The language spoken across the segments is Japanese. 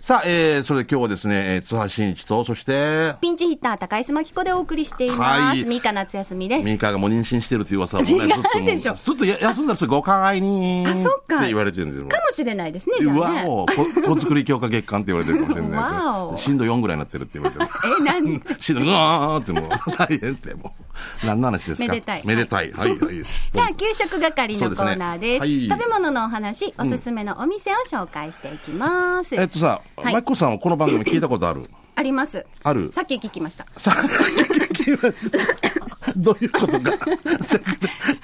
さあ、えー、それで今日はですね、えー、津波真一と、そして、ピンチヒッター高井須真紀子でお送りしていまはす。いミカ夏休みです。ミーカーがもう妊娠してるという噂をね、違うずっともでしょずっとや休んだらすぐご勘愛にあそっかって言われてるんですよ。かもしれないですね、じゃうあわね。お、こ小作り強化月間って言われてるかもしれないです わよ。お震度4ぐらいになってるって言われてる。え、なん、震度4、うわーってもう、大変ってもう。何の話ですかめでたいめでたい。はい、はい、いいです。さあ、給食係のコーナーです。そうですねはい食べ物のお話、おすすめのお店を紹介していきます。えっとさ、はいマキコさんはこの番組聞いたことあ るあります。あるさっき聞きました。さ聞きましたどういうこと か。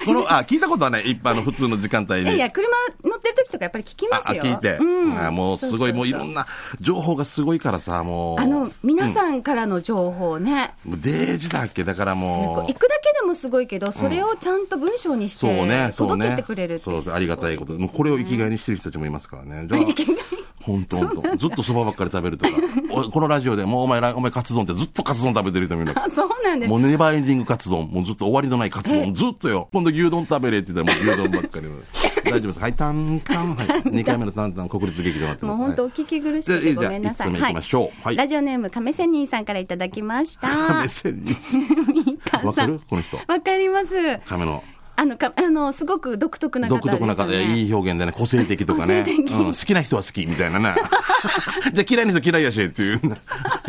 この、あ、聞いたことはない。一般の普通の時間帯いやいにや、。車乗ってる時とかやっぱり聞きまあ、あすよ。聞いて。うんあもうすごい、そもそうそいろんな情報がすごいからさ、もう。あの、皆さんからの情報ね。もうデージだっけだからすごいも行くだけでもすごいけど、それをちゃんと文章にしう。そうねて、そう届ね。けてくれるってそうそう、ありがたいこと。もうこれを生きがいにしてる人たちもいますからね。じゃあ、本当本当。ずっとそばばっかり食べるとか。おこのラジオでもうお前ら、お前カツ丼ってずっとカツ丼食べてる人もいるあ そうなんですもうネバーエンディングカツ丼、もうずっと終わりのないカツ丼、ずっとよ。今度牛丼食べれって言ったらもう牛丼ばっかりの。 大丈夫です。はい、タンタン、はい。2回目のタンタン、国立劇場になってまもうす。本当お聞き苦しくてごめんなさじゃあい。いいじゃあいつも行きましょうはいラジオネーム亀仙人さんからいただきました。はい。目線に。みかんさんわかるこの人。わかります。亀の。あのかあのすごく独特な方独ですよ特なね。方で、いい表現でね、個性的とかね。個性的うん、好きな人は好き、みたいな ね。じゃあ嫌いな人嫌いやし、っていう。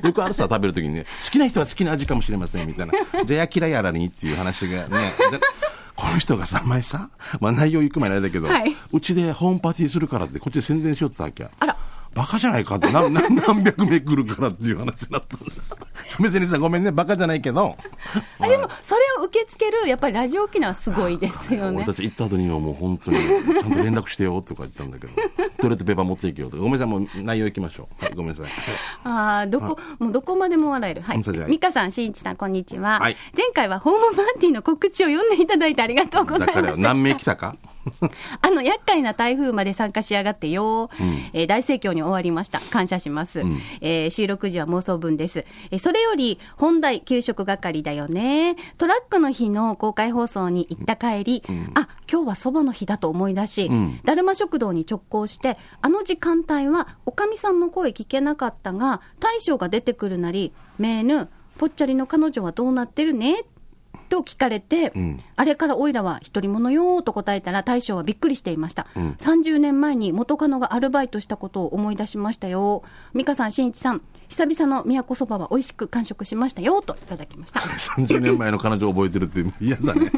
よくあるさ、食べるときにね、好きな人は好きな味かもしれません、みたいな。じゃあ嫌いやらにっていう話がね。でこの人がさ、前さ、まあ内容行く前ないだけど、はいうちでホームパーティーするからって、こっちで宣伝しようってわけや。あらバカじゃないかって、なな何百名来るからっていう話になったんだ。別にさ、ごめんね、バカじゃないけど。あでもそれを受け付けるやっぱりラジオ機能はすごいですよね俺た。ち行った後にはもう本当に、ちゃんと連絡してよとか言ったんだ けど、トイレットペーパー持っていけよとか、ごめんなさい、もう内容行きましょう。はい、ごめんなさい。ああどこもうどこまでも笑える。はういんそれじゃあ。ミカさん、しんいちさんこんにちは。はい前回はホームパーティーの告知を読んでいただいてありがとうごだざいまからした。何名来たかあの厄介な台風まで参加しやがってよ、えー大盛況に終わりました感謝します、えー収録時は妄想分です、えーそれより本題給食係だよねトラックの日の公開放送に行った帰り、あ今日はそばの日だと思い出し、だるま食堂に直行してあの時間帯はおかみさんの声聞けなかったが大将が出てくるなりメーヌぽっちゃりの彼女はどうなってるねと聞かれて、あれからおいらは独り者よと答えたら大将はびっくりしていました、30年前に元カノがアルバイトしたことを思い出しましたよ美香さんしんいちさん久々の宮古そばは美味しく完食しましたよといただきました ?30 年前の彼女覚えてるって嫌だね。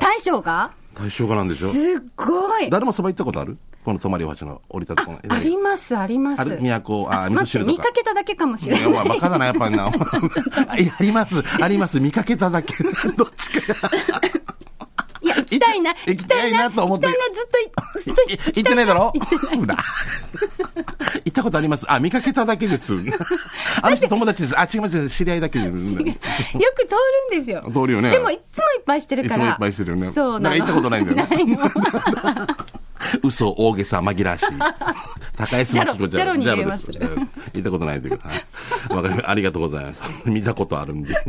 大将が対象がなんでしょすっごいあ誰もそば行ったことあるこの泊まり八の折りたたこの。ありますありますある都、あ、味噌待って汁と見かか。けただけかもしれないいやバカだな、やっぱりな。 いやあります、あります、見かけただけ。 どっちか。いや行きたいな 行きたいなと思って行きたいなずっとずっと行き行ってないだろほら 行ったことあります。あ、見かけただけ です。あの人友達です。あ、違います。知り合いだ けです。よく通るんですよ。 通るよねでもいっつもいっぱいしてるいかつもら。いっぱいしてるよね。そうなの。んか行ったことないんだよね。ないの嘘、大げさ、紛らわしい。高安真紀子ちゃん。ジャロジャロにで入す。行ったことないんだけど。はいわかりまありがとうございます。 見たことあるんで。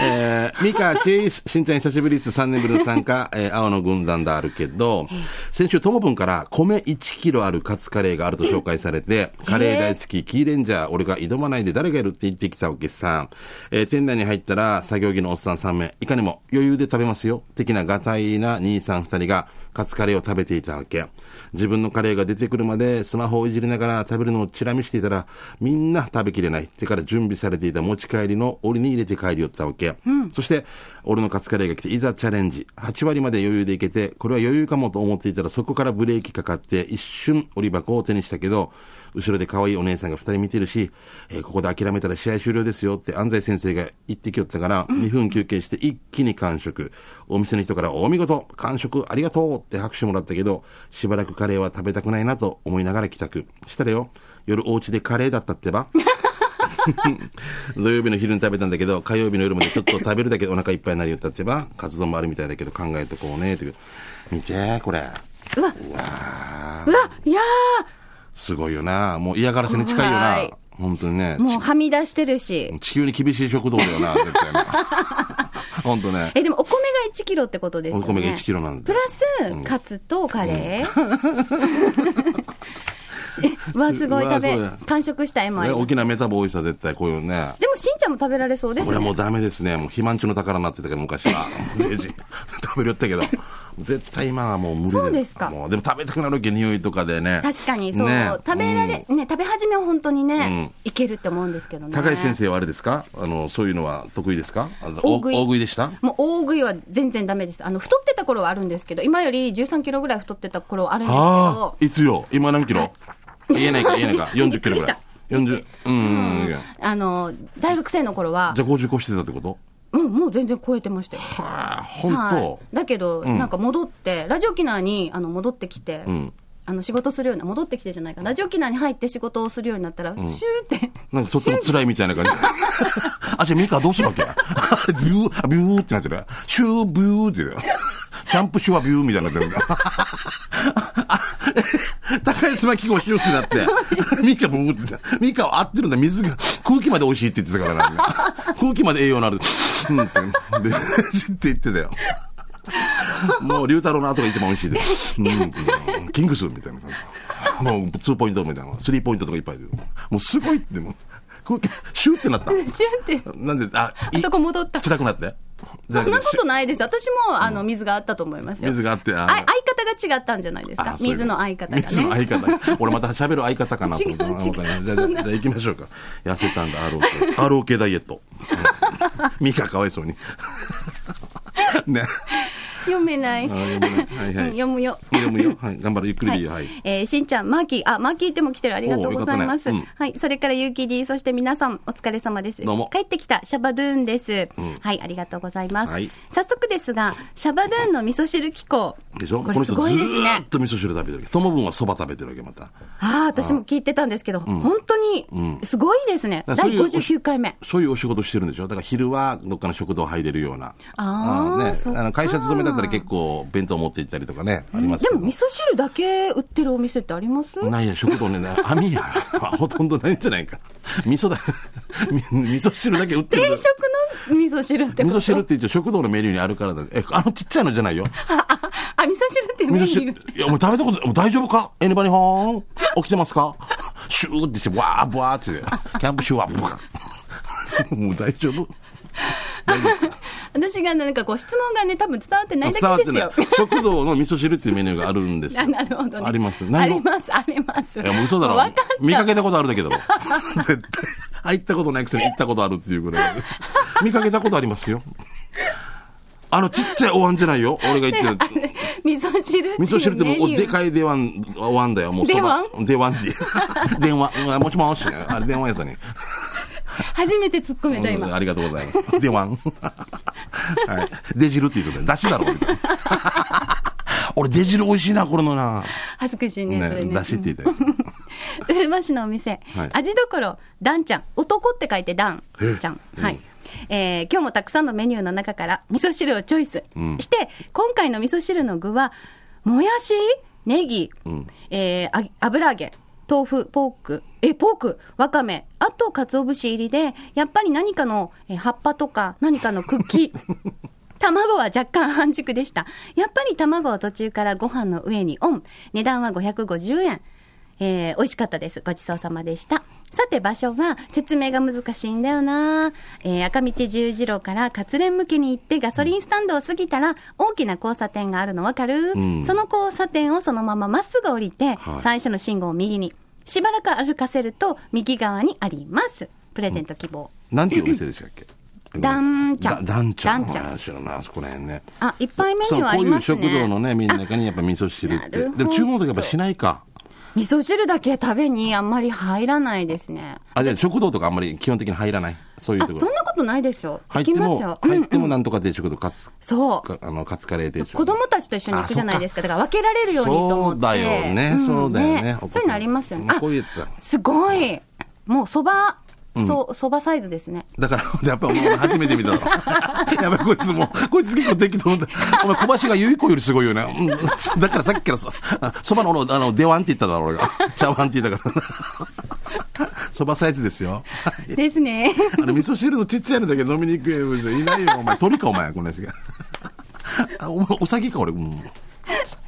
えー、ミカ、チェイス、しんちゃん久しぶりです。3年ぶりの参加、 えー青の軍団であるけど、先週、ともぶんから、米1キロあるカツカレーがあると紹介されて、カレー大好き、キーレンジャー、俺が挑まないで誰がいるって言ってきたわけさ。えー店内に入ったら、作業着のおっさん3名、いかにも余裕で食べますよ、的なガタイな兄さん2人が、カツカレーを食べていたわけ。自分のカレーが出てくるまでスマホをいじりながら食べるのをチラ見していたら、みんな食べきれない。手から準備されていた持ち帰りの檻に入れて帰り寄ったわけ。そして、俺のカツカレーが来て、いざチャレンジ。8割まで余裕でいけて、これは余裕かもと思っていたら、そこからブレーキかかって、一瞬折り箱を手にしたけど、後ろで可愛いお姉さんが2人見てるし、えーここで諦めたら試合終了ですよって安西先生が言ってきよったから、2分休憩して一気に完食。お店の人からお見事完食ありがとうって拍手もらったけど、しばらくカレーは食べたくないなと思いながら帰宅。したらよ、夜お家でカレーだったってば。土曜日の昼に食べたんだけど、火曜日の夜までちょっと食べるだけでお腹いっぱいになるよって言ってば、活動もあるみたいだけど考えとこうね、という。見て、これ。うわうわいやすごいよな。もう嫌がらせに近いよな怖い。本当にね。ーもうはみ出してるし。地球に厳しい食堂だよな、絶対 な。ほんとね。え、でもお米が1キロってことですよおね。米が1キロなんプでラ。ス、カツとカレー。 わあすごい食べうわこれ完食したいもあねります大きなメタボ多いさ絶対こういうね。でもしんちゃんも食べられそうですこれねもうダメですね。もう肥満中の宝になってたけど、昔 は。デージ 食べるよったけど。絶対今はもう無理そうですかもうでも食べたくなるわけ、匂いとかでね。確かにそう、ね食べられ、ね食べ始めは本当にね、いけるって思うんですけどね高橋先生はあれですかあの、そういうのは得意ですかあの大食い大食いでしたもう大食いは全然ダメですあの太ってた頃はあるんですけど今より13キロぐらい太ってた頃はあるんですけあどあ、いつよ今何キロ言えない か言えないか。40キロびっぐくりしらいた。 40、うん、うんじゃあの大学生の頃はあ55してたってことうん、もう全然超えてましたよ。はあ、本は当い、だけど、なんか戻って、ラジオ沖縄にあの戻ってきて、んあの仕事するような、戻ってきてじゃないかな、ラジオ沖縄に入って仕事をするようになったら、シューって、 なんかとっても辛いみたい な感じ。あ、じゃあミカどうするわけ ビュー、ビューってなってる。シュー、ビューって言う。キャンプシュワビューみたいになってる。あえ 高安巻き子シューってなって、ミカブーって、ミカは合ってるんだ。水が、空気まで美味しいって言ってたから な。空気まで栄養のある。うんって。で、って言ってたよ。もう、龍太郎の後が一番美味しいです。うん、キングスみたいな。もう、ツーポイントみたいな。スリーポイントとかいっぱいで。もう、すごいって、もう、空気、シューってなった。シューって、なんで、あ、いあそこ戻った辛くなって。そんなこしとないです、私もあの水があったと思いますよ。水があって、ああ相方が違ったんじゃないですかあ、そういうこ水との相方がね。水の相方。俺また喋る相方かなと思って。違うあわ違うかりましたじゃあ、じそゃんなあじゃあ行きましょうか。痩せたんだ、ROK。ROK ダイエッ ト。うんミカかわいそうに。ね。 読めない。あ読めないはいはいうん読むよ。でもいいよ。はい。頑張る。ゆっくりでいいよ。はい。えーしんちゃん、マーキー、あ、マーキーっても来てる。ありがとうございます。おーよかったねはい。それから、ゆうきり、そして皆さん、お疲れ様です。どうも帰ってきた、シャバドゥーンです。はい、ありがとうございます。はい早速ですが、シャバドゥーンの味噌汁機構。でしょここのれす人ごいずですーっね。と味噌汁食べてるわけ。友分はそば食べてるわけ、また。ああ、私も聞いてたんですけど、本当に、すごいですね。だからそう第いうおし59回目。そういうお仕事してるんでしょだから昼はどっかの食堂入れるような。あーうんねそっ。かあの会社勤めだったら結構弁当持って行ったりとかね、ありますでけど。も、味噌汁だけ売ってるお店ってありますないや、食堂ね、な網や。 ほとんどないんじゃないか。味噌だ。 み味噌汁だけ売って定る。食の味噌汁ってこ味噌と汁って一応食堂のメニューにあるからだ。え、あのちっちゃいのじゃないよ。 あ、味噌汁ってメ味ニ噌ュ汁。ー。いや、お前食べたこと、お前大丈夫かエニバニホーン起きてますかシューってして、わー、ぶわーってして。キャンプシュワー、ブワ ー。もう大丈夫 私がなんかこう質問がね、多分伝わってない伝だわっけてですないよ。。食堂の味噌汁っていうメニューがあるんですよ。 あなるほどね。あります。あないのります、あります。いや、もう嘘だろも分かっ。見かけたことあるだけだろ。 絶対。入ったことないくせに行ったことあるっていうぐらい。見かけたことありますよ。あのちっちゃいお椀じゃないよ。俺が 言ってる。味噌汁っていうメニュー。味噌汁ってもうおでかい出碗、お椀だよ。もうそば出。出碗って。 電話。うわもしもし。あれ電話屋さんに。初めて突っ込めた、うん今。ありがとうございます。出碗。 はい。出汁って言うとね、出汁だろ、 みたいな。俺出汁美味しいな、これのな。恥ずかしいね、それね、ね。出汁って言ったやつ。 うるま市のお店はい。味どころ、ダンちゃん。男って書いてダンちゃん。はい。えー今日もたくさんのメニューの中から味噌汁をチョイスして、今回の味噌汁の具は、もやし、ネギ、えーあ油揚げ、豆腐、ポーク、え、ポーク、わかめ、あと、鰹節入りで、やっぱり何かのえー葉っぱとか、何か の茎。卵は若干半熟でした。やっぱり卵を途中からご飯の上にオン。値段は550円。えー美味しかったです。ごちそうさまでした。さて場所は説明が難しいんだよな、えー赤道十字路から活連向けに行ってガソリンスタンドを過ぎたら大きな交差点があるのわかる、んその交差点をそのまままっすぐ降りて、はい最初の信号を右に。しばらく歩かせると右側にあります。プレゼント希望。なんていうお店でしたっけダンちゃんだダンちゃん。ダンちゃんあー知らない、あそこら辺ね。あ、いっぱいメニそう、ューあこうりいうますね。食堂のね、みんな中にやっぱ味噌汁っあて。なるほどでも注文とかやっぱしないか。味噌汁だけ食べにあんまり入らないですね。あ、じゃあ食堂とかあんまり基本的に入らない。そういうあ、とこそんろ。なことないですよ。入行っきてまもすよ、。う入っん、てもなんとか定食とか、カツ、そう。かあの、カツカレー定食。子供たちと一緒に行くじゃないですか。だから分けられるようにと思っそうて。だよね、んそうだよね。お子さんそういうのありますよね。もうこういうやつだあ、。すごい。もうそば、そ、そばサイズですね。だから、やっぱりお前初めて見ただろ。 やばい、こいつもう、こいつ結構適当だ。お前、小橋がゆい子よりすごいよね。うんだからさっきからそ、あそばのあの、あの、出碗って言っただろ、俺が。茶碗って言ったから。そばサイズですよ。で すね。あの、味噌汁のちっちゃいのだけ飲みに行くよ。いないよ、お前。鳥か、お前、この人が。 あお前、うさぎか、俺。うん。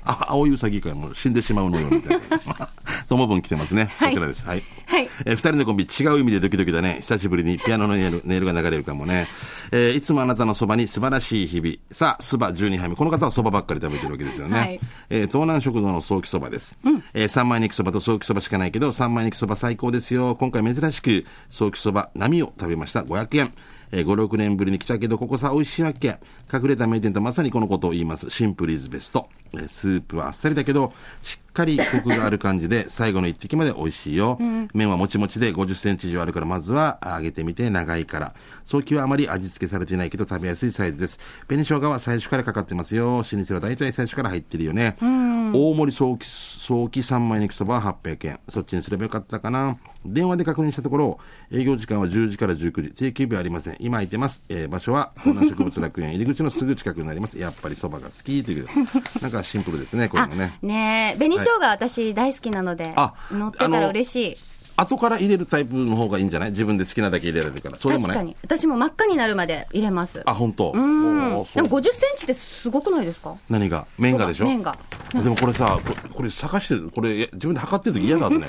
あ青いうさぎか、もう死んでしまうのよ、みたいな。と 友分来てますね。はいこちらです。はい。はいえー二人のコンビ、違う意味でドキドキだね。久しぶりにピアノのネイルネイルが流れるかもね。えーいつもあなたのそばに素晴らしい日々。さあ、そば12杯目。この方はそばばっかり食べてるわけですよね。はいえー東南食堂の早期そばです。えー三枚肉そばと早期そばしかないけど、三枚肉そば最高ですよ。今回珍しく、早期そば波を食べました。500円。えー5、6年ぶりに来たけど、ここさ、美味しいわけ。隠れた名店とまさにこのことを言います。シンプルイズベスト。えースープはあっさりだけど、しっかりコクがある感じで、最後の一滴まで美味しいよ。麺はもちもちで50センチ以上あるから、まずは揚げてみて長いから。早期はあまり味付けされていないけど、食べやすいサイズです。紅生姜は最初からかかってますよ。老舗は大体最初から入ってるよね。大盛り早期、早期3枚肉そばは800円。そっちにすればよかったかな。電話で確認したところ、営業時間は10時から19時。定休日はありません。今空いてます。えー場所は、東南植物楽園入り口のすぐ近くになります。やっぱりそばが好きということで。なんかシンプルですね、こういうあのね。ねえ紅生姜私大好きなので、あ乗ってたあらの嬉しい後から入れるタイプの方がいいんじゃない自分で好きなだけ入れられるから。そうでも確ない。かに私も真っ赤になるまで入れますあ、本当。うんおーでそうも50センチってすごくないです か何が麺がでしょ麺がでもこれさここれ探してるこれいや自分で測ってる時嫌だ ね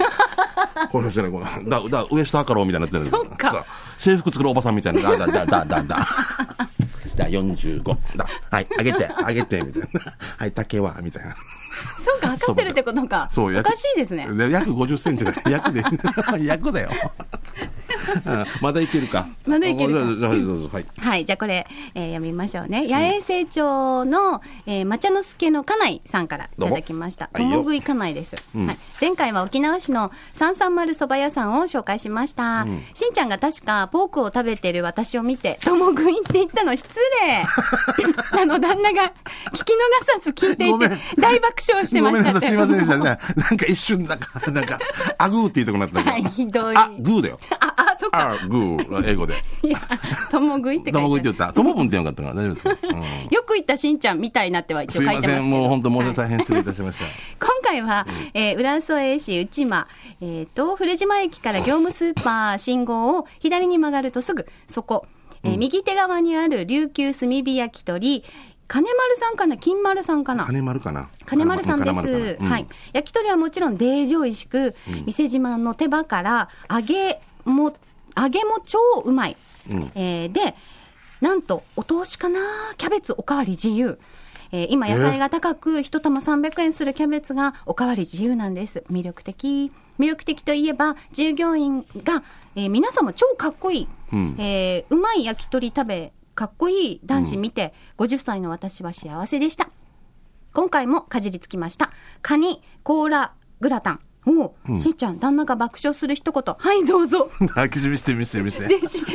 この人ねこのだだウエスト測ろうみたいになってるそっかさ制服作るおばさんみたいなだだだだだだ だ45だはい上げて上げてみたいなはい竹はみたいなそうか測ってるってことかそうお約かしいですねで約50センチだ約で 約 だようんまだいけるかまだいけるかあどうぞどうぞはいはい、じゃあこれ、えー読みましょうね。八重成長の、えー、抹茶の助の家内さんからいただきました。どうも共食い家内です、んはい。前回は沖縄市の三三丸蕎麦屋さんを紹介しました。しんちゃんが確かポークを食べてる私を見て、共食いって言ったの失礼。あの、旦那が聞き逃さず聞いてごめいてん、大爆笑してごまめんしなさたい、って。すいませんでした。なんかなんか一瞬、なんか、なんか、あぐーって言いたくなったけど。はい、ひどい。あ、グーだよ。あ、あ、そっか。あ、グー、英 語で。いや、共食いって書ともぐいいってて言あった。ともぐいって言わなかったから大丈夫 ですか。うんる。よく言ったしんちゃんみたいなっては一す応い書いまてますせけどん、もう本当申し訳大変失礼いたしました。今回は、えー浦添市内間、えー、と古島駅から業務スーパー信号を左に曲がるとすぐそこ、えー右手側にある琉球炭火焼き鳥金丸さんかな金丸さんかな金丸かな。金丸さんで金丸す、かなうん はい、焼き鳥はもちろんデージ美味しく、店自慢の手羽から揚げも揚げも超うまい、うんえーでなんとお通しかなキャベツおかわり自由えー今野菜が高く一玉300円するキャベツがおかわり自由なんです魅力的魅力的といえば従業員が、えー皆様超かっこいい、うんえーうまい焼き鳥食べかっこいい男子見て、50歳の私は幸せでした今回もかじりつきました。カニ、コーラ、グラタン。おう、しんちゃん、旦那が爆笑する一言。はい、どう ぞ。開け閉めして、見せて、見せでて。ちす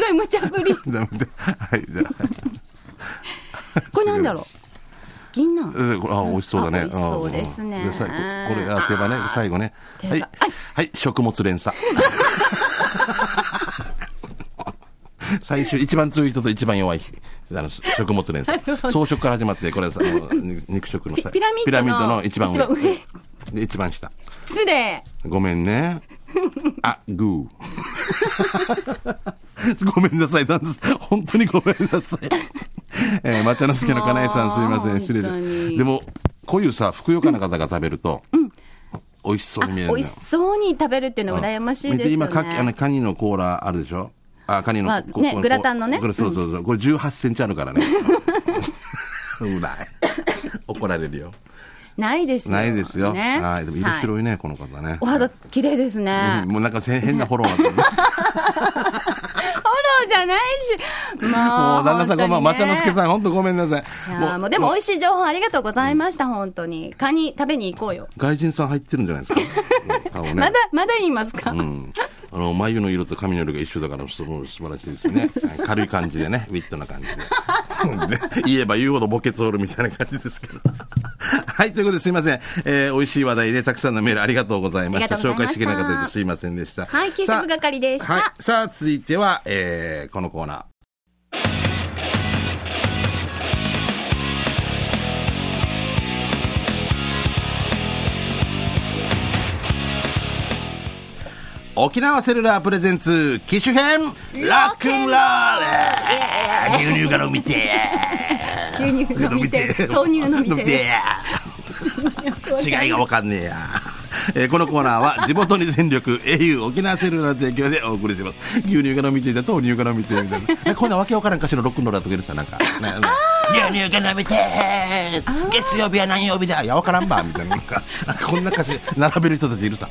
ごい無茶ぶり。ダメだ。はい、じゃあ。これなんだろう銀杏えこれあ、美味しそうだね。あ美味しそうですねんで最後、これ、あ、手羽ね、最後ね。手は羽いあ。はい、食物連 鎖。最終、一番強い人と一番弱い人。あの食物連鎖なるほ。ど草食から始まって、これはさ、あの肉肉食の下。ピピラミッドの一番上。一番上で、一番下。失礼。ごめんね。あ、グー。ごめんなさい、なんです本当にごめんなさい。えー、抹茶の助のかなえさん、すみませもん、う失礼本当で。にでも、こういうさ、ふくよかな方が食べると、美味しそうに見える美んだ味よし。そうに食べるっていうのは羨ましいですよね。今、かあのカニのコーラあるでしょあ、カニの、まあこねここグラタンのねこれそうそうそう。これ18センチある からね。う らい。怒られるよ。ないですよ。ないですよ。ねはい。でも色はい白いね、この方ね。お肌綺麗ですね。うんもうなんかせ変なフォローにな ってるフォローじゃないし。ももう、う旦那さんごめん、本当にね抹茶の助さん、本当ごめんなさいい。やーもうでも美味しい情報ありがとうございました、本当に。カニ食べに行こうよ。外人さん入ってるんじゃないですか。 うん顔ね。まだ、まだ言いますか、うん。あの、眉の色と髪の色が一緒だから、すごい素晴らしいですね。はい軽い感じでね、ウィットな感じ で。 で言えば言うほどボケツおるみたいな感じですけど。 はい、ということですいません。えー美味しい話題でたくさんのメールありがとうございました。ありがとう紹ござい介まししきれたなかったですいませんでした。はい給食さあ係でしたはい。さあ、続いては、えーこのコーナー。沖縄セルラープレゼンツ機種編ラックンロール牛乳が飲みて牛乳え飲みて、豆乳飲みて。 違いがわかんねえやえーこのコーナーは地元に全力 au 沖縄セルラーの提供でお送りします牛乳が飲みてえだと乳が飲みてえみ たいなえこんなわけわからん歌詞のロックンローラーとかいるさなんか、ねね牛乳が飲みてえ月曜日は何曜日だいやわからんばみたいななんかなんかこんな歌詞並べる人たちいるさ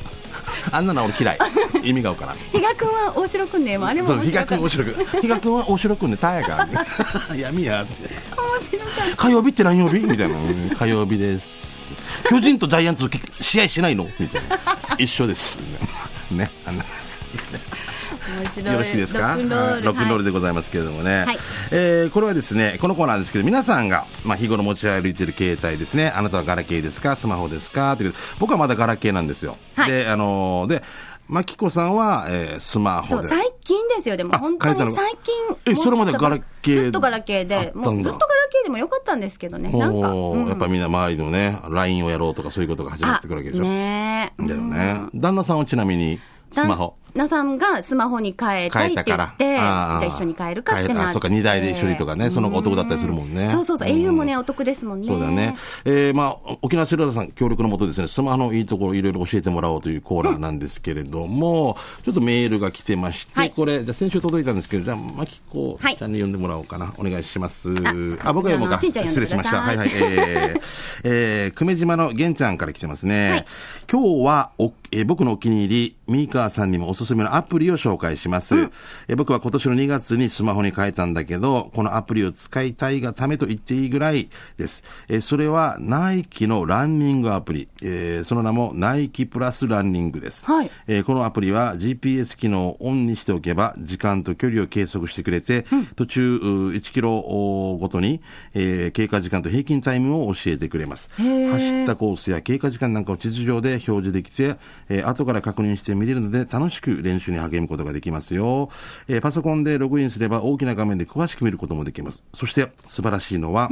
あんなの俺 嫌い意味がわからん比嘉君は大城君ねもあれもそう面比白嘉か君った面白く比嘉君は面白くね たやが闇やって面白かった火曜日って何曜日みたいなうん火曜日です巨人とジャイアンツ試合しないのみたいな一緒ですみたいなねあの面白いよろしいですかロックンローはルいロックンローはルいでございますけれどもね、はいえーこれはですねこのコーナーですけど皆さんが、まあ、日頃持ち歩いている携帯ですねあなたはガラケーですかスマホですかということで僕はまだガラケーなんですよ、はいであのーでマキコさんは、えースマそホうで最近ですよでもあ本当変えたのに最近えそれまでガラケーずっとガラケーあったでんだもうずっとガラケーでもよかったんですけどねなんか、おーうんやっぱみんな周りのね LINE をやろうとかそういうことが始まってくるわけでしょ、あねえだよね、旦那さんはちなみにスマホ旦那さんがスマホに変えたい変っえたて言かっらて、じあーゃあ一緒に変えるかってなって。あそうか二台で一緒にとかねその男だったりするもんねうそうそうそう、うん au もね、お得ですもんね。そうだよね。えーまあ、沖縄セルラーさん協力のもとですね、スマホのいいところいろいろ教えてもらおうというコーナーなんですけれども、ちょっとメールが来てまして、はいこれ、じゃあ先週届いたんですけど、じゃあ、まきこちゃんはいに読んでもらおうかな。お願いします。ああ僕は読もうあのか。しんちゃん失読礼しんでくだました。さはいいはい。えー えー久米島の玄ちゃんから来てますね。はい今日はお、えー僕のお気に入り、ミーカーさんにもおすすめのアプリを紹介します、えー僕は今年の2月にスマホに変えたんだけど、このアプリを使いたいがためと言っていいぐらいです。えーそれは、ナイキのランニングアプリ。えーその名も、ナイキプラスランニングです。はいえーこのアプリは GPS 機能をオンにしておけば時間と距離を計測してくれて、途中う1キロおごとに、えー経過時間と平均タイムを教えてくれますー走ったコースや経過時間なんかを地図上で表示できて、えー後から確認して見れるので楽しく練習に励むことができますよ、えーパソコンでログインすれば大きな画面で詳しく見ることもできますそして素晴らしいのは、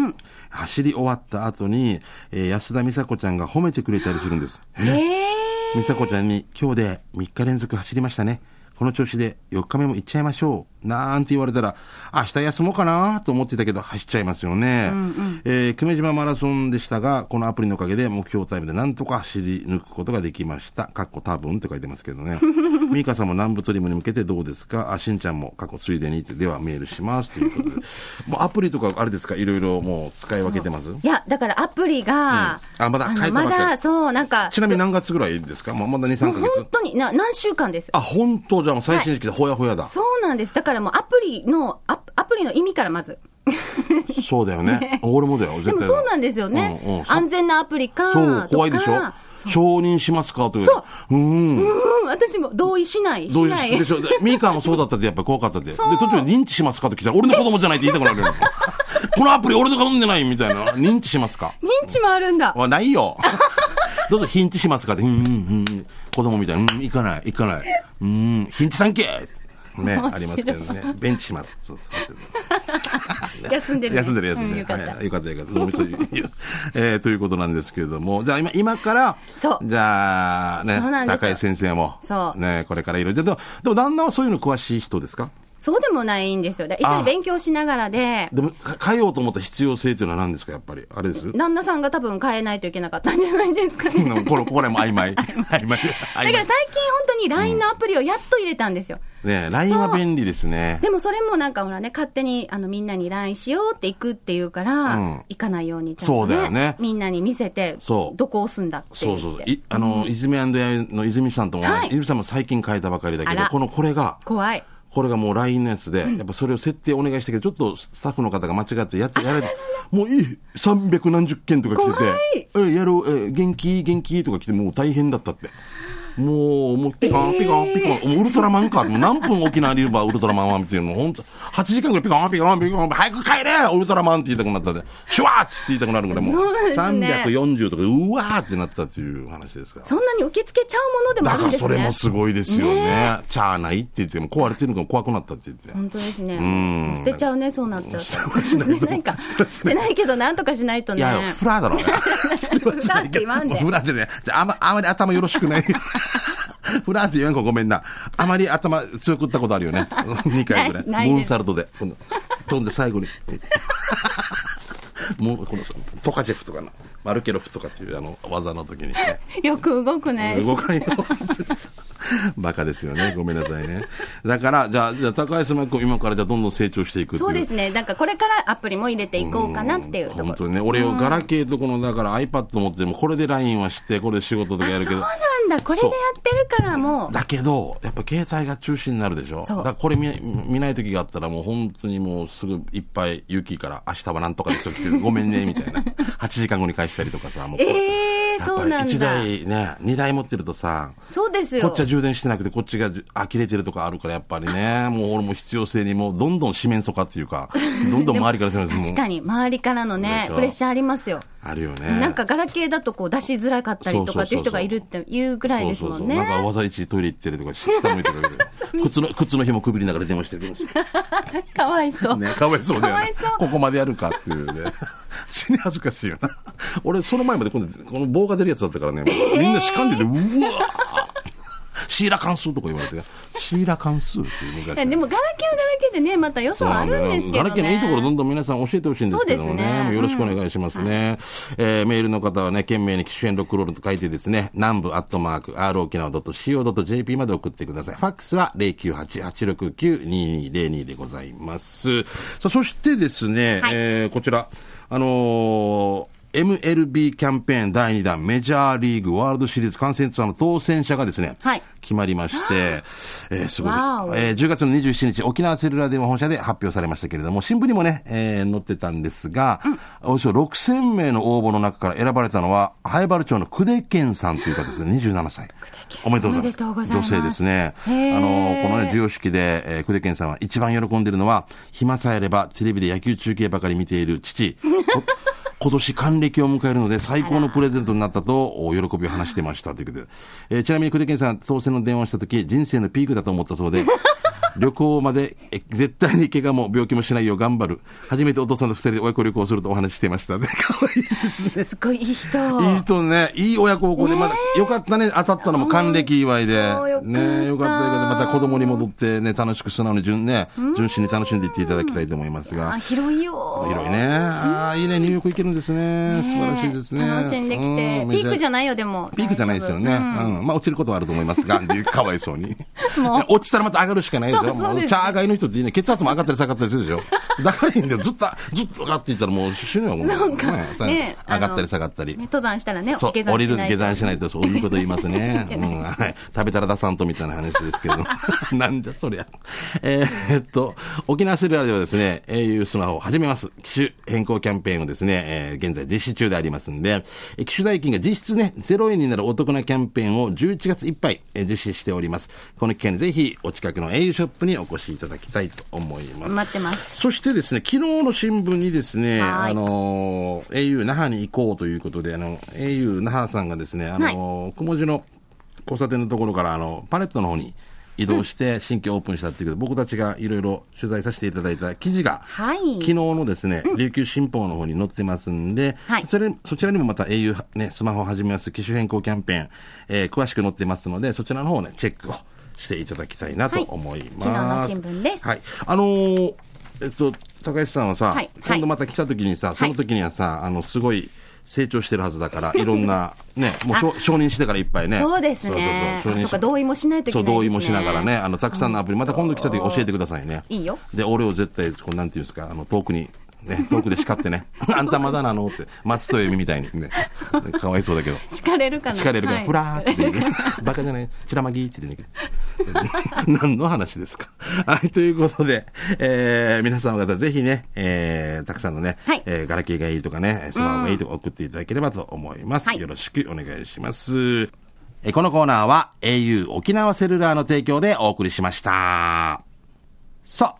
走り終わった後に、えー安田美沙子ちゃんが褒めてくれたりするんですえ美佐子ちゃんに今日で3日連続走りましたね。この調子で4日目も行っちゃいましょう。なんて言われたら、明日休もうかなと思ってたけど走っちゃいますよね。えー久米島マラソンでしたが、このアプリのおかげで目標タイムでなんとか走り抜くことができました。かっこ多分って書いてますけどね。ミカさんも南部トリムに向けてどうですかあ、しんちゃんも過去ついでにってではメールします。ということで。もうアプリとかあれですかいろいろもう使い分けてますーいや、だからアプリが、うんあまだの変えたばまっかりだ、そう、なんか、ちなみに何月ぐらいですかまあまだ2、3もうヶ本月。当にな、何週間です。あ、本当じゃあもう最新時期でほやほやだ。そうなんです。だからもうアプリの、アアプリの意味からまず。そうだよね。俺もだよ、で絶も対。そうなんですよね。うんうんさ安全なアプリかそう、怖いでしとょか承認しますかという。う。うん。うん、私も同意しない、どしういなう、いで。しょ。でミーカーもそうだったってやっぱり怖かったって。で、そう途中で認知しますかと来たら、俺の子供じゃないって言いたくなるよ。 このアプリ俺と頼んでないみたいな。認知しますか認知もあるんだ。はない よ。どうぞ、ヒンチしますかって。うんうんうん。子供みたいな。うん、行かない、行かない。うん、ヒンチさんけね、ありますけどね。ベンチします。そうそう休んでる、ね。休んでる休んでうる。よかった。はいよかったよかった。脳みそいいよ えーということなんですけれども、じゃあ今、今から、そうじゃあねそうな、んです高井先生も、そうね、これからいろいろ。でも、でも旦那はそういうの詳しい人ですかそうでもないんですよ。だ一緒に勉強しながらで、でも、か変えようと思った必要性というのは何ですか、やっぱり。あれ です旦那さんが多分変えないといけなかったんじゃないですか ね。これ、これも曖昧。曖昧。だ曖から昧最近本当に LINE のアプリをやっと入れたんですよ。ね LINE は便利ですね。でもそれもなんかほらね、勝手にあのみんなに LINE しようって行くっていうから、うん行かないようにちゃんと、ね、そうだよねみんなに見せて、そうどこ押すんだって言そっうてそうそう。いあの、泉アンドヤの泉さんとも、はい泉さんも最近変えたばかりだけあど、らこの、これが、怖い。これがもう LINE のやつで、やっぱそれを設定お願いしたけど、ちょっとスタッフの方が間違ってやって、やられて、もういい、300何十件とか来てて、え、やろう、え、元気、元気とか来て、もう大変だったって。もう、もう、ピカン、ピカン、ピカン、もうウルトラマン か、もう何分沖縄にいればウルトラマンは、みたいな、本当8時間ぐらいピカン、ピカン、ピカン、早く帰れウルトラマンって言いたくなったで、シュワーって言いたくなるぐらい、もそうでう、すね340とかで、うわーってなったっていう話ですから。そんなに受け付けちゃうものでもだあるかんらですそね。れもすごいですよね。チャーないって言っても壊れてるのが怖くなったって言って。本当ですね。ん捨てちゃうね、そうなっちゃうと。捨てないか。 捨てないけど、なんとかしないといね。やいや、フラだろ。 フラって言わんで。フラってね。じゃあ、あまあまり頭よろしく ない。フラって言わんこごめんな。あまり頭強く打ったことあるよ ね。2回ぐらい。ないないですムーンサルトで。こ の飛んで最後に。もうこのさトカチェフとかの、まマルケロフとかっていうあの技の時にね。よく動くね。動かんよ。 バカですよね。ごめんなさいね。だから、じゃあ、じゃあ高橋真紀子、今からじゃあどんどん成長していくっていそうですね。なんかこれからアプリも入れていこうかなっていうところ。本当にね、俺をガラケーとこの、だから iPad 持っても、これで LINE はして、これで仕事とかやるけどあ、そうなんだ。これでやってるからもう。だけど、やっぱ携帯が中心になるでしょ。だそうからこれ見見ない時があったら、もう本当にもうすぐいっぱい雪から、明日はなんとかですよ、来てごめんね、みたいな。8時 間後に返したりとかさ、もう。ええー、やっそぱうりなん1だ。台ね、2台持ってるとさ、そうですこよっち。は充電してなくて、こっちがじゅあ呆れてるとかあるから、やっぱりね、もう俺も必要性に、もうどんどん四面楚歌っていうか、どんどん周りから攻めてもう確かに、周りからのでねしょ、プレッシャーありますよ。あるよね。なんかガラケーだとこう出しづらかったりとかっていう人がいるっていうぐらいそうですそうもそんう。なんかね。わざいちトイレ行ってるとか、下向いてるわけ で靴の、靴の紐くびりながら電話してる。 かわいそう。ね、かわいそうだよ、かわねいそう。ここまでやるかっていう ね。死に恥ずかしいよな。俺、その前まで今度、この棒が出るやつだったからね、みんなしかんでて、うわーシーラカンスーとか言われて、シーラカンスーっていう昔いやでもガラケーはガラケーでね、また良さはあるんですけどね。ガラケーのいいところどんどん皆さん教えてほしいんですけどもね。そうですねもうよろしくお願いしますね。えーメールの方はね、懸命に機種編ロックロールと書いてですね、南部アットマーク、r 沖縄 .co.jp まで送ってください。ファックスは098-869-2202でございます。さあ、そしてですね、はいえーこちら、あのー MLB キャンペーン第2弾メジャーリーグワールドシリーズ観戦ツアーの当選者がですね、はい決まりまして、えーすごいわおえー10月の27日、沖縄セルラー電話本社で発表されましたけれども、新聞にもね、えー載ってたんですが、およそ6000名の応募の中から選ばれたのは、灰原町の久手健さんという方ですね、27歳。おめでとうございます。おめでとうございます女性ですね。あへーの、このね、授与式で、えー、久手健さんは一番喜んでるのは、暇さえあればテレビで野球中継ばかり見ている 父。こ今年還暦を迎えるので最高のプレゼントになったとお喜びを話してましたということで、えーちなみに久手健さん当選の電話をした時人生のピークだと思った そうで旅行までえ絶対に怪我も病気もしないよう頑張る初めてお父さんと二人で親子旅行をするとお話ししていましたね可愛いですねすごいいい人。いい人ね、いい親孝行で、まだ、よかったね、当たったのも還暦祝いでそうよ。かったね、よかったよかった。また子供に戻ってね、楽しく素直に順ね、純真に楽しんでいっていただきたいと思いますあ、が。広いよ。広いね。ああ、いいね、ニューヨーク行けるんですね。素晴らしいですね。楽しんできうて。んピークじゃないよ、でも。ピークじゃないですよね。うん。まあ、落ちることはあると思います が、でかわいそうに。も落ちたらまた上がるしかないですよ。そうそうもですうねチャーガイの人っていいね、血圧も上がったり下がったりするでしょ。だからいいんだよ。ずっと、ずっと上がっていったらもう死ぬよ、もう。そうかねね上がったり下がったりね。登山したらね、そう下山し、ない降りる、と下山しないと、そういうこと言いますね。 うん、はい。食べたら出さんとみたいな話ですけど。 なんじゃそりゃ。えーっと、沖縄セルラーではですね、au スマホを始めます。機種変更キャンペーンをですね、えー現在実施中でありますんで、えー機種代金が実質ね、0円になるお得なキャンペーンを11月いっぱい、えー実施しております。この機会にぜひ、お近くの au ショップにお越しいただきたいと思います。待ってます。そしてですね、昨日の新聞にですね、はーいあのー、au 那覇に行こうということで、あの、au 那覇さんがですね、あのー、くもじの交差点のところから、あの、パレットの方に移動して、新規オープンしたっていうことで、僕たちがいろいろ取材させていただいた記事が、はい昨日のですね、琉球新報の方に載ってますんで、はいそれ、そちらにもまた au、ね、スマホを始めます機種変更キャンペーン、えー詳しく載ってますので、そちらの方をね、チェックをしていただきたいなと思います。はい昨日の新聞ですはい。あのーえっと、高橋さんはさ、はい今度また来た時にさ、その時にはさ、あの、すごい、成長してるはずだから、いろんな、 ね、もう承承認してからいっぱいね。そうですね。そうそうそう承認しあそっか、同意もしないといけそなう、いで同すね。意もしながらね、。あの、たくさんのアプリ、また今度来た時教えてくださいね。いいよ。で、俺を絶対、こう、なんていうんですか、あの、遠くに、ね、遠くで叱ってね、 あんたまだなのって、松戸由美みたいにね、かわいそうだけど。叱れるかな。叱れるから、はいふらーって言うね バカじゃない、ちらまぎーって言ってね。 何の話ですか。 はい、ということで、えー皆さん方ぜひね、えーたくさんのね、はいえーガラケーがいいとかね、スマホがいいとか送っていただければと思います。はいよろしくお願いします。えーこのコーナーは au 沖縄セルラーの提供でお送りしました。さあ。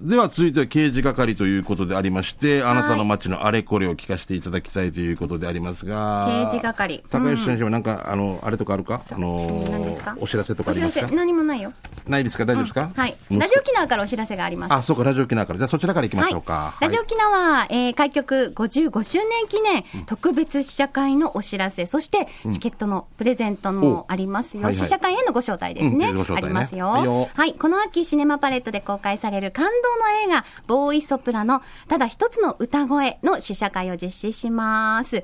では続いては刑事係ということでありまして、あなたの街のあれこれを聞かせていただきたいということでありますが。刑事係高吉先生もなんか、あの、あれとかあるかあのー何ですかお知らせとかありますおか知らせ何もないよ。ないですか大丈夫ですか、はい。息子ラジオ沖縄からお知らせがあります。あ、そうか、ラジオ機能から。じゃあそちらから行きましょうか。はい、ラジオ沖縄、えー開局55周年記念、特別試写会のお知らせ、そしてチケットのプレゼントもありますよ、おはいはい試写会へのご招待ですね、うんご招あ待ねりますよ,、はいはいよこの秋シネマパレットで公開される感動の映画「ボーイソプラノただ一つの歌声」の試写会を実施します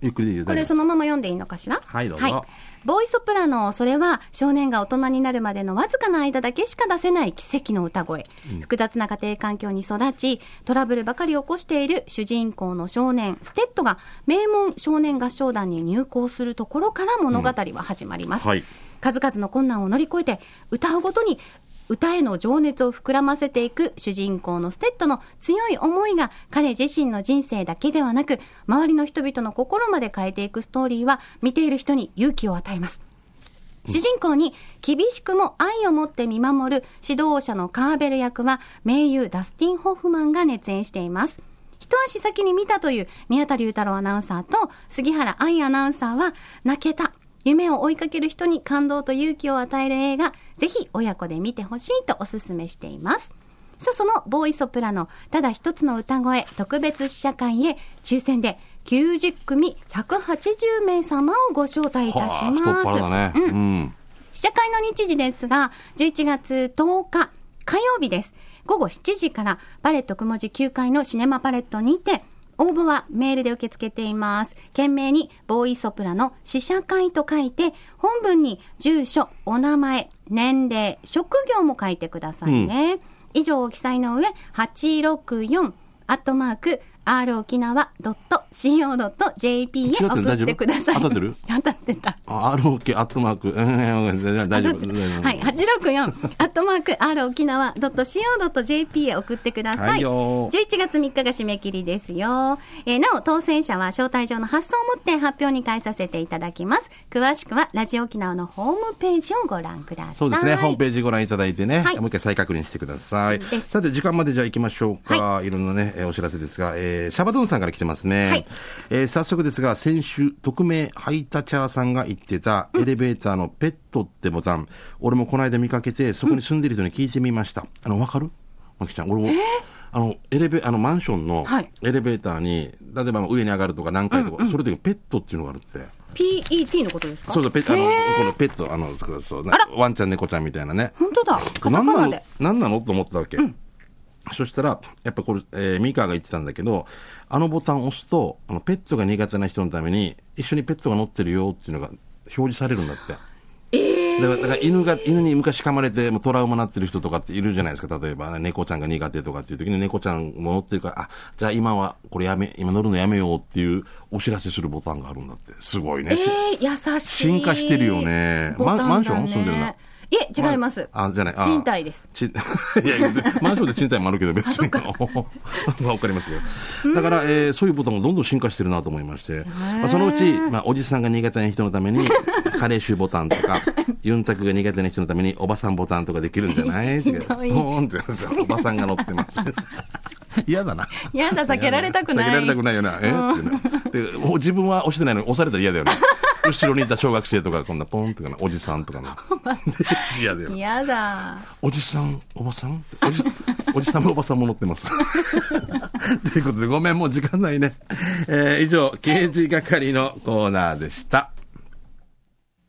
ゆっくりでいいよ、こ大れ丈そのまま読んでいいのかしらはいどうぞボーイソプラノそれは少年が大人になるまでのわずかな間だけしか出せない奇跡の歌声、複雑な家庭環境に育ちトラブルばかり起こしている主人公の少年ステッドが名門少年合唱団に入校するところから物語は始まります、うんはい数々の困難を乗り越えて歌うごとに歌への情熱を膨らませていく主人公のステッドの強い思いが彼自身の人生だけではなく周りの人々の心まで変えていくストーリーは見ている人に勇気を与えます主人公に厳しくも愛を持って見守る指導者のカーベル役は名優ダスティン・ホフマンが熱演しています。一足先に見たという宮田龍太郎アナウンサーと杉原愛アナウンサーは泣けた。夢を追いかける人に感動と勇気を与える映画、ぜひ親子で見てほしいとお勧めしています。さあ、そのボーイソプラノ、ただ一つの歌声、特別試写会へ、抽選で90組180名様をご招待いたしはあ、ます。太っ腹だね。うんうん。試写会の日時ですが、11月10日火曜日です。午後7時からパレットくもじ9階のシネマパレットにて、応募はメールで受け付けています。件名に、ボーイソプラの試写会と書いて、本文に住所、お名前、年齢、職業も書いてくださいね。以上を記載の上、864、アットマーク、r 沖縄 .co.jp へ送ってください。当たってる 当たってた。あ ROK、アットマーク、うん大丈夫。はい、八六四アットマーク r 沖縄ドット co ドット jp へ送ってくださはいい。よ11月3日が締め切りですよ。えーなお当選者は招待状の発送をもって発表に返させていただきます。詳しくはラジオ沖縄のホームページをご覧ください。そうですね、ホームページご覧いただいてね、はいもう一回再確認してください。ですさて、時間までじゃあ行きましょうか。い、ろんなね、えーお知らせですが、えーシャバドゥンさんから来てますね。はいえー早速ですが、先週、匿名ハイタチャーさんが言ってた、エレベーターのペットってボタン、俺もこの間見かけて、そこに住んでる人に聞いてみました。あの、わかるまきちゃん、俺も。あの、エレベ、あの、マンションのはいエレベーターに、例えば上に上がるとか何階とか、それでペットっていうのがあるって。 PET のことですかそうそう、ペット、あのへー、このペット、あの、そうそう、あらワンちゃん、猫ちゃんみたいなね。本当だ。カタカ何なナので。何なのと思ったわけ、そしたらやっぱこれ、えー、ミカが言ってたんだけどあのボタンを押すとあのペットが苦手な人のために一緒にペットが乗ってるよっていうのが表示されるんだってだからだから犬が犬に昔噛まれてもうトラウマになってる人とかっているじゃないですか例えば、猫ちゃんが苦手とかっていう時に猫ちゃんも乗ってるからあじゃあ今はこれやめ今乗るのやめようっていうお知らせするボタンがあるんだってすごいね、えしー、優しい。進化してるよねボタだねマンマンション住んでるの。いえ、違います。あじゃないあ賃貸です。ち いやマンションで賃貸もあるけど別に まあわかりますけどだから、えーそういうボタンもどんどん進化してるなと思いまして、まあ、そのうち、まあ、おじさんが苦手な人のために カレー臭ボタンとかユンタクが苦手な人のためにおばさんボタンとかできるんじゃないってひどいポーンってやつおばさんが乗ってます 嫌だなやだ、避けられたくない。避けられたくないよな。えってねで、お自分は押してないのに押されたら嫌だよね。後ろにいた小学生とか、こんなポンとかな、おじさんとか な。 嫌だよ。やだ。おじさん、おばさんおじ、 おじさんもおばさんも乗ってます。 ということで、ごめん、もう時間ないね。えー以上、刑事係のコーナーでした。